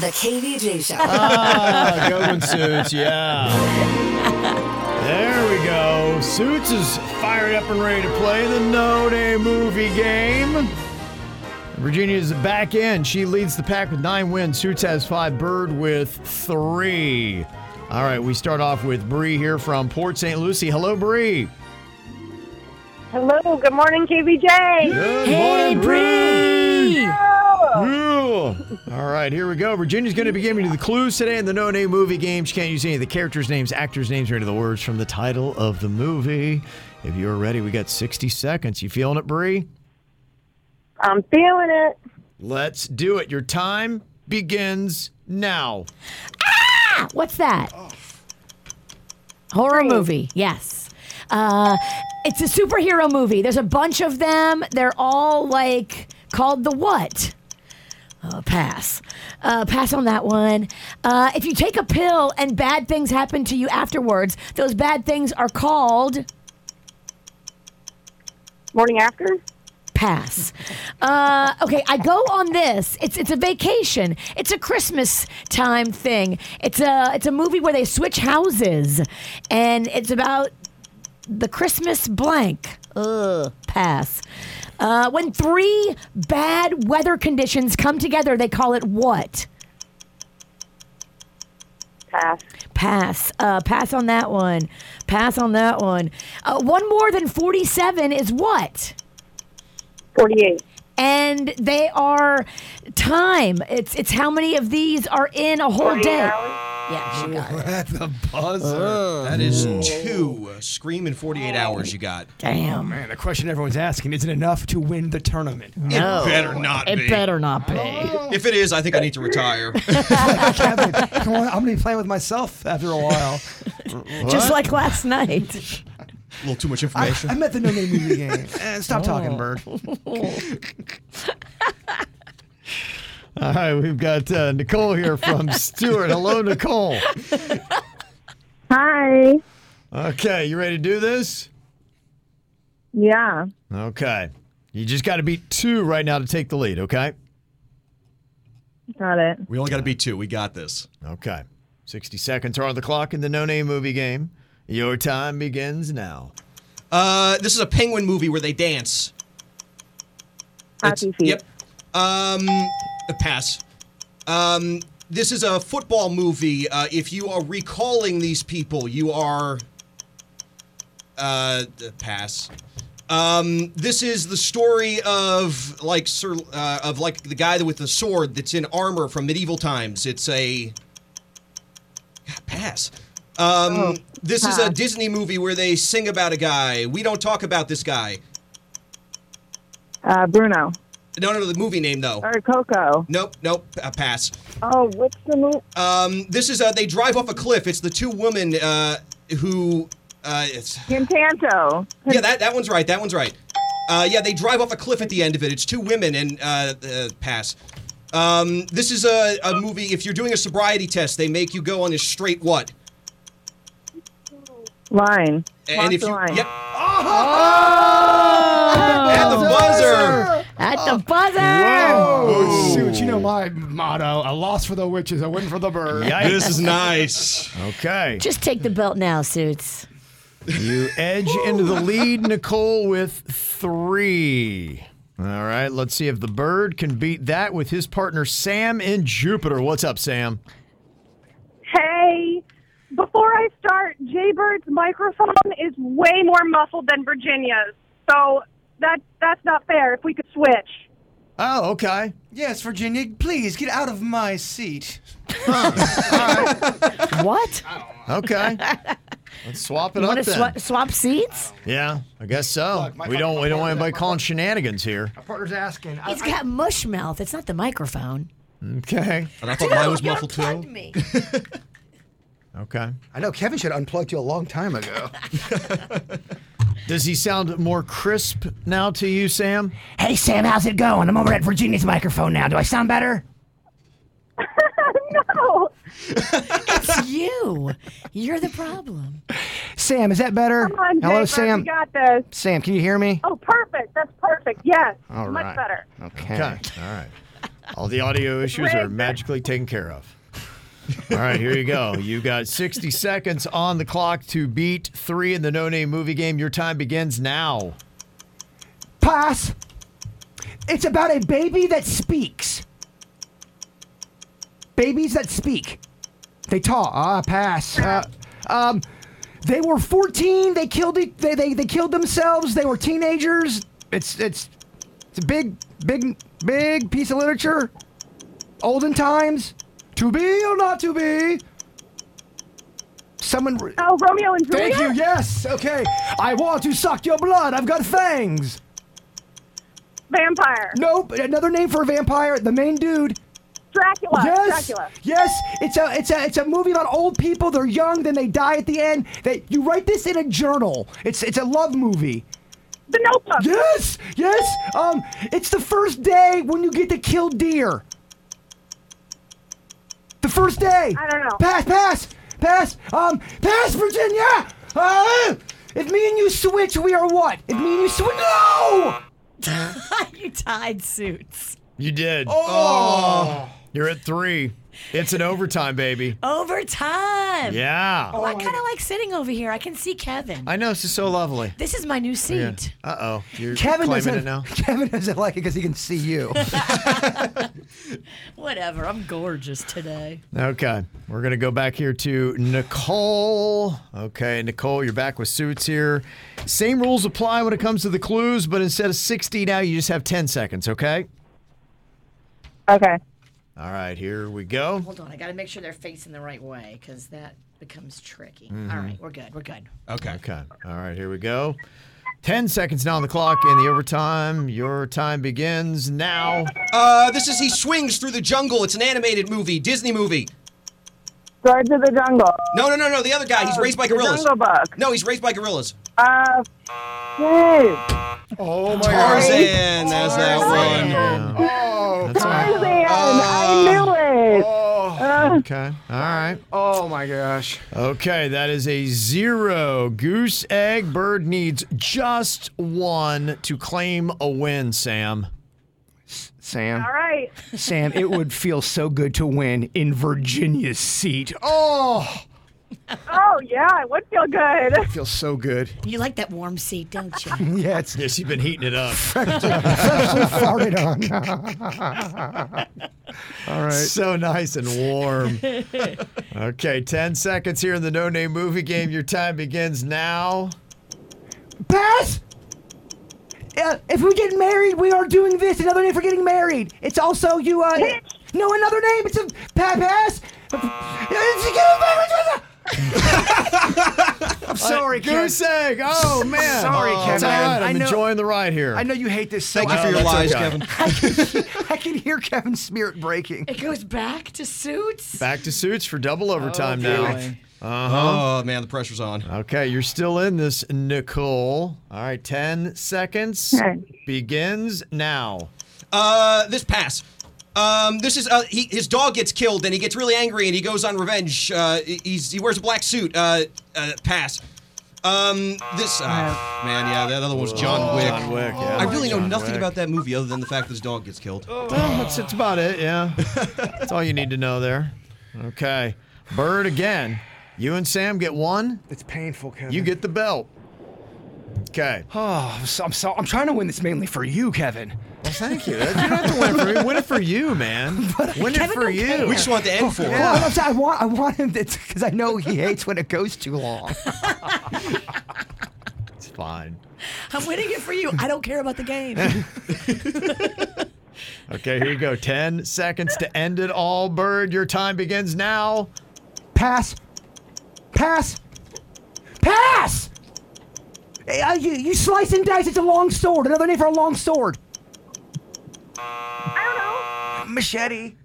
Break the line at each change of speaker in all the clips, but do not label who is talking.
The KVJ Show.
Ah, good one, Suits. Yeah. There we go. Suits is fired up and ready to play the No Day Movie game. Virginia is back in. She leads the pack with nine wins. Suits has five. Bird with three. All right, we start off with Bree here from Port St. Lucie. Hello, Bree.
Hello, good morning, KBJ.
Good hey, morning, Bree. Yeah. All right, here we go. Virginia's going to be giving you the clues today in the No Name Movie game. She can't use any of the characters' names, actors' names, or any of the words from the title of the movie. If you're ready, we got 60 seconds. You feeling it, Bree?
I'm feeling it.
Let's do it. Your time begins now.
What's that? Horror movie. Yes. Uh, it's a superhero movie. There's a bunch of them. They're all like called the what? Uh, pass. Uh, pass on that one. Uh, if you take a pill and bad things happen to you afterwards, those bad things are called
Morning after?
pass. Uh, okay, I go on this. It's it's a vacation. It's a Christmas time thing. It's a it's a movie where they switch houses, and it's about the Christmas blank. Ugh, pass. Uh, when three bad weather conditions come together, they call it what?
Pass.
Pass. Uh, pass on that one. Pass on that one. Uh, one more than 47 is what?
48.
and they are time. It's it's how many of these are in a whole day. Yeah, she got it.
At the buzzer. that is two. Screaming 48 hours you got.
Damn.
Man, the question everyone's asking isn't enough to win the tournament.
It better not be.
It better not be.
If it is, I think I need to retire.
Kevin, come on, I'm gonna be playing with myself after a while.
Just like last night.
a little too much
I,
information.
I'm at the no name movie game. Eh, stop talking, Bird.
All right, we've got uh, Nicole here from Stewart. Hello, Nicole.
Hi.
Okay, you ready to do this?
Yeah.
Okay. You just got to beat two right now to take the lead, okay?
Got it.
we only got to be two. We got this.
Okay. 60 seconds are on the clock in the no name movie game. Your time begins now.
Uh, this is a penguin movie where they dance.
Happy feet.
Yep. Um, uh, pass. Um, this is a football movie. Uh, if you are recalling these people, you are. Uh, uh, pass. Um, this is the story of like Sir, uh, of like the guy with the sword that's in armor from medieval times. It's a God, pass. Um, this is a Disney movie where they sing about a guy. We don't talk about this guy.
Uh, Bruno.
No, no, no the movie name though.
Or Coco.
Nope, nope, a pass.
Oh, what's the movie?
Um, this is uh, they drive off a cliff. It's the two women uh, who. Uh, it's,
Encanto.
yeah, that that one's right. That one's right. Uh, yeah, they drive off a cliff at the end of it. It's two women and uh, uh, pass. Um, this is a, a movie. If you're doing a sobriety test, they make you go on a straight what?
Line.
And if
Monster
you
line.
yep. At the buzzer.
At the buzzer.
Oh, shoot, you know my motto: a loss for the witches, a win for the bird.
This is nice.
Okay.
Just take the belt now, suits.
You edge into the lead, Nicole, with three. All right, let's see if the bird can beat that with his partner Sam in Jupiter. What's up, Sam?
Hey, before I start, Jaybird's microphone is way more muffled than Virginia's. So that that's not fair if we could switch.
Oh, okay.
Yes, Virginia, please get out of my seat.
What?
Okay. Let's swap it
You
up
want to
then.
swa- swap seats?
yeah, I guess so.
Look, my
we
fu-
don't
my
we don't
fu-
want anybody
my fu-
calling shenanigans here.
My partner's asking. I-
He's
I-
got mush mouth. It's not the microphone.
Okay.
And I thought mine was muffled too.
me.
Okay.
I know Kevin should have unplugged you a long time ago.
Does he sound more crisp now to you, Sam?
Hey, Sam, how's it going? I'm over at Virginia's microphone now. Do I sound better?
no.
It's you. You're the problem.
Sam, is that better?
Come on,
Hello,
Jaybird,
Sam.
We got this.
Sam, can you hear me?
Oh, perfect. That's perfect. Yes.
All
Much
right.
better.
Okay.
Okay. All right. All the audio issues are magically taken care of. All right, here you go. You got 60 seconds on the clock to beat three in the no name movie game. Your time begins now.
Pass. It's about a baby that speaks. Babies that speak. They talk. Ah, pass. Uh, um, they were 14. They killed. e- They, they they killed themselves. They were teenagers. It's it's it's a big big big piece of literature. Olden times. To be or not to be. Someone. re-
Oh, Romeo and Juliet.
Thank you. Yes. Okay. I want to suck your blood. I've got fangs.
Vampire.
Nope, another name for a vampire. The main dude.
Dracula.
yes,
Uh, Dracula.
yes. It's a it's a it's a movie about old people. They're young, then they die at the end. That you write this in a journal. It's it's a love movie.
The Notebook.
Yes, yes. Um, it's the first day when you get to kill deer. The first day.
I don't know.
Pass, pass, pass. Um, pass, Virginia. Uh, if me and you switch, we are what? If me and you switch, no.
you tied suits.
You did. Oh! You're at three. It's an overtime, baby.
Overtime.
Yeah.
Oh, I kind of like sitting over here. I can see Kevin.
I know, this is so lovely.
this is my new seat.
Uh oh. You're
Kevin
claiming
doesn't.
it now?
Kevin doesn't like it because he can see you.
Whatever. I'm gorgeous today.
Okay. We're going to go back here to Nicole. Okay, Nicole, you're back with suits here. Same rules apply when it comes to the clues, but instead of 60 now, you just have 10 seconds, okay?
Okay.
All right, here we go.
Hold on. I got to make sure they're facing the right way because that becomes tricky. All right. We're good. We're good.
Okay.
Okay. All right, here we go. 10 seconds now on the clock in the overtime. Your time begins now.
Uh, this is He Swings Through the Jungle. It's an animated movie, Disney movie.
Guards of the Jungle.
No, no, no, no. The other guy. He's raised by gorillas.
Jungle Book.
No, he's raised by gorillas.
Uh, yes.
Oh my God.
Tarzan. That's that one.
Yeah,
Oh,
that's all right.
Tarzan.
Oh.
I knew it.
Oh.
Okay. All right.
oh my gosh.
Okay, that is a zero. Goose egg bird needs just one to claim a win, Sam.
Sam,
All right.
Sam, it would feel so good to win in Virginia's seat. Oh,
Oh yeah, it would feel good.
feels so good.
You like that warm seat, don't you?
Yeah, it's
Yes, you've been heating it up.
farted on. All right.
so nice and warm. okay, 10 seconds here in the no name movie game. Your time begins now.
Pass. Uh, if we get married, we are doing this. Another name for getting married. It's also you. Uh, no, another name. It's a pa- pass. Uh,
I'm Uh, sorry, Kevin.
Goose egg. Oh, man.
Sorry, Kevin.
It's all right. I'm
I know-
enjoying the ride here.
I know you hate this so
Thank you
much.
for your
that's
lies,
okay.
Kevin.
I can hear Kevin's spirit breaking.
it goes back to suits.
Back to suits for double overtime now.
Oh, man, the pressure's on.
Okay, you're still in this, Nicole. All right, 10 seconds begins now.
Uh, this pass. Um, this is uh, he, his dog gets killed and he gets really angry and he goes on revenge. Uh, he- he's he wears a black suit. Uh, uh pass. Um, this uh, man, yeah, that other one was John Wick.
John Wick, yeah.
I really know
John
nothing
Wick.
about that movie other than the fact that his dog gets killed.
Well, that's, that's about it, yeah. that's all you need to know there. Okay, Bird again. You and Sam get one,
It's painful, Kevin.
you get the belt. Okay.
Oh, I'm so, I'm, so, I'm trying to win this mainly for you, Kevin.
Well, thank you. You don't have to win it for me. Win it for you, man. Win it for you.
We just want the end for it.
Well, I'm sorry, I want. I want him because I know he hates when it goes too long.
It's fine.
I'm winning it for you. I don't care about the game.
Okay, here you go. 10 seconds to end it all, Bird. Your time begins now.
Pass. Pass. Pass! Eh, uh, you, you slice and dice. It's a long sword. Another name for a long sword.
I don't know.
Machete.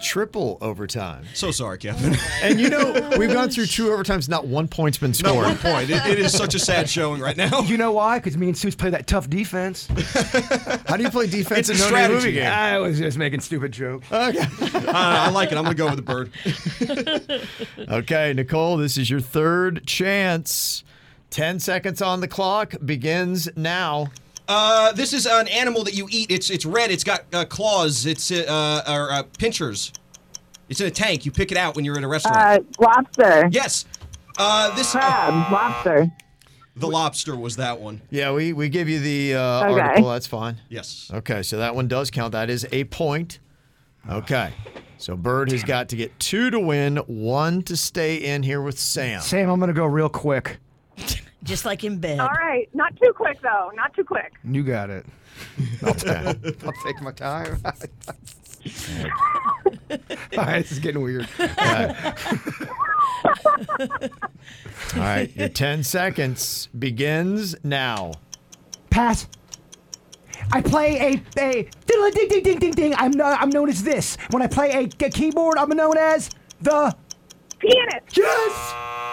Triple overtime.
So sorry, Kevin.
And you know, we've gone through two overtimes, not one point's been
Not
scored.
one point. It- it is such a sad showing right now.
You know why? Because me and Suits play that tough defense.
How do you play defense
It's a
in no movie
strategy.
game?
I was just making stupid jokes.
Uh, I like it. I'm gonna go with the bird.
Okay, Nicole, this is your third chance. 10 seconds on the clock begins now.
Uh, this is an animal that you eat. It's it's red. It's got uh, claws. It's uh, uh, or uh, pinchers. It's in a tank. You pick it out when you're at a restaurant.
Uh, lobster.
yes. Uh, this
Crab. Lobster.
the lobster was that one.
Yeah, we, we give you the uh,
Okay.
article. That's fine.
Yes.
Okay, so that one does count. That is a point. Okay. So Bird has got to get two to win, one to stay in here with Sam.
Sam, I'm gonna go real quick.
Just like in bed.
All right, not too quick though. Not too quick.
You got it.
Okay.
I'll take my time. All right, this is getting weird.
All right, your 10 seconds begins now.
Pass. I play a a diddle ding ding ding ding ding. I'm no, I'm known as this. When I play a, a keyboard, I'm known as the
Pianist.
yes.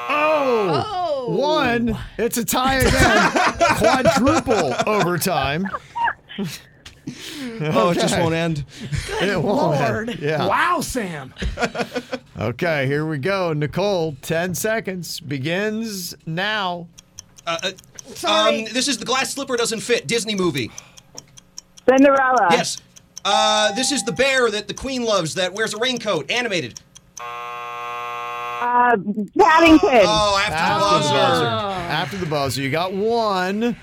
Oh, one! It's a tie again. Quadruple overtime.
Oh, it just won't end.
It
Oh,
won't.
Lord.
Yeah.
Wow, Sam.
Okay, here we go. Nicole, 10 seconds begins now.
Uh, uh, Um, this is the glass slipper doesn't fit. Disney movie.
Cinderella.
Yes. Uh, this is the bear that the queen loves that wears a raincoat. Animated.
Uh, Paddington.
Uh,
Oh, after the
After the buzzer.
buzzer.
After the buzzer. You got one.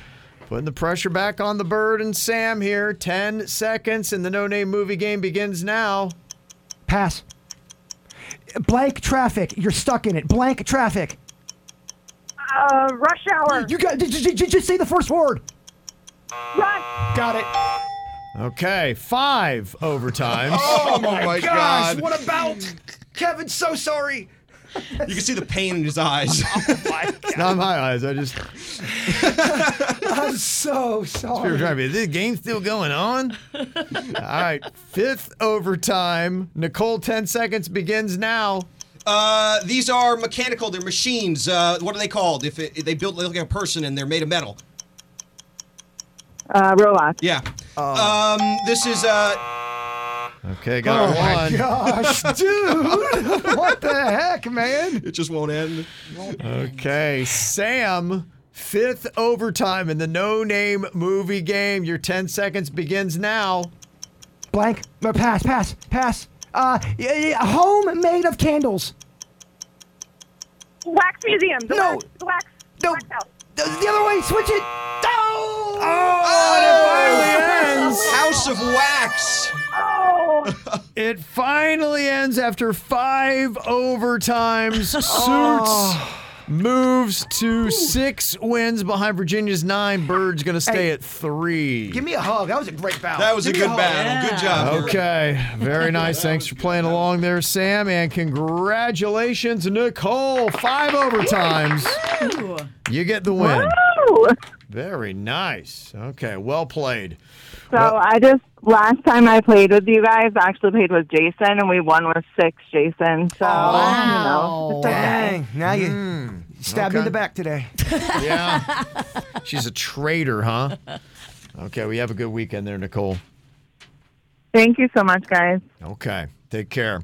Putting the pressure back on the bird and Sam here. 10 seconds, and the no name movie game begins now.
Pass. Blank traffic. You're stuck in it. Blank traffic.
Uh, rush hour.
You got. Did you just say the first word?
Run.
Got it.
Okay, five overtimes.
Oh my
Gosh, what about Kevin? So sorry.
You can see the pain in his eyes. Uh,
It's not my eyes. I just
I'm so
we were
sorry.
trying to be. This game still going on. All right, fifth overtime. Nicole, 10 seconds begins now.
Uh, these are mechanical. They're machines. Uh, what are they called? If, it, if they built like a person and they're made of metal.
Uh, robot.
Yeah. Um, this is uh,
Okay, got
Oh my
one.
gosh, dude! what the heck, man?
it just won't end.
Okay, Sam, fifth overtime in the no name movie game. Your 10 seconds begins now.
Blank. Uh, Pass. Pass. Pass. Uh, y- y- home made of candles.
Wax museum. The
No.
Wax, the wax,
No.
wax house.
The the other way. Switch it. Oh!
House of Wax.
Oh,
It finally ends after five overtimes. Suits
Oh.
moves to six wins behind Virginia's nine. Bird's going to stay
Hey,
at three.
Give me a hug. That was a great battle.
That was a
Give me
good
hug.
battle. Good job. Eric.
Okay, very nice. Thanks for playing along there, Sam. And congratulations, Nicole. Five overtimes.
Ooh.
You get the win.
Woo!
Very nice. Okay, well played.
So I just last time I played with you guys, I actually played with Jason, and we won with six, Jason. So you know, it's okay.
Oh, Dang. Now you
Hmm.
stabbed me in
okay.
the back today.
Yeah. She's a traitor, huh? Okay, we have a good weekend there, Nicole.
Thank you so much, guys.
Okay, take care.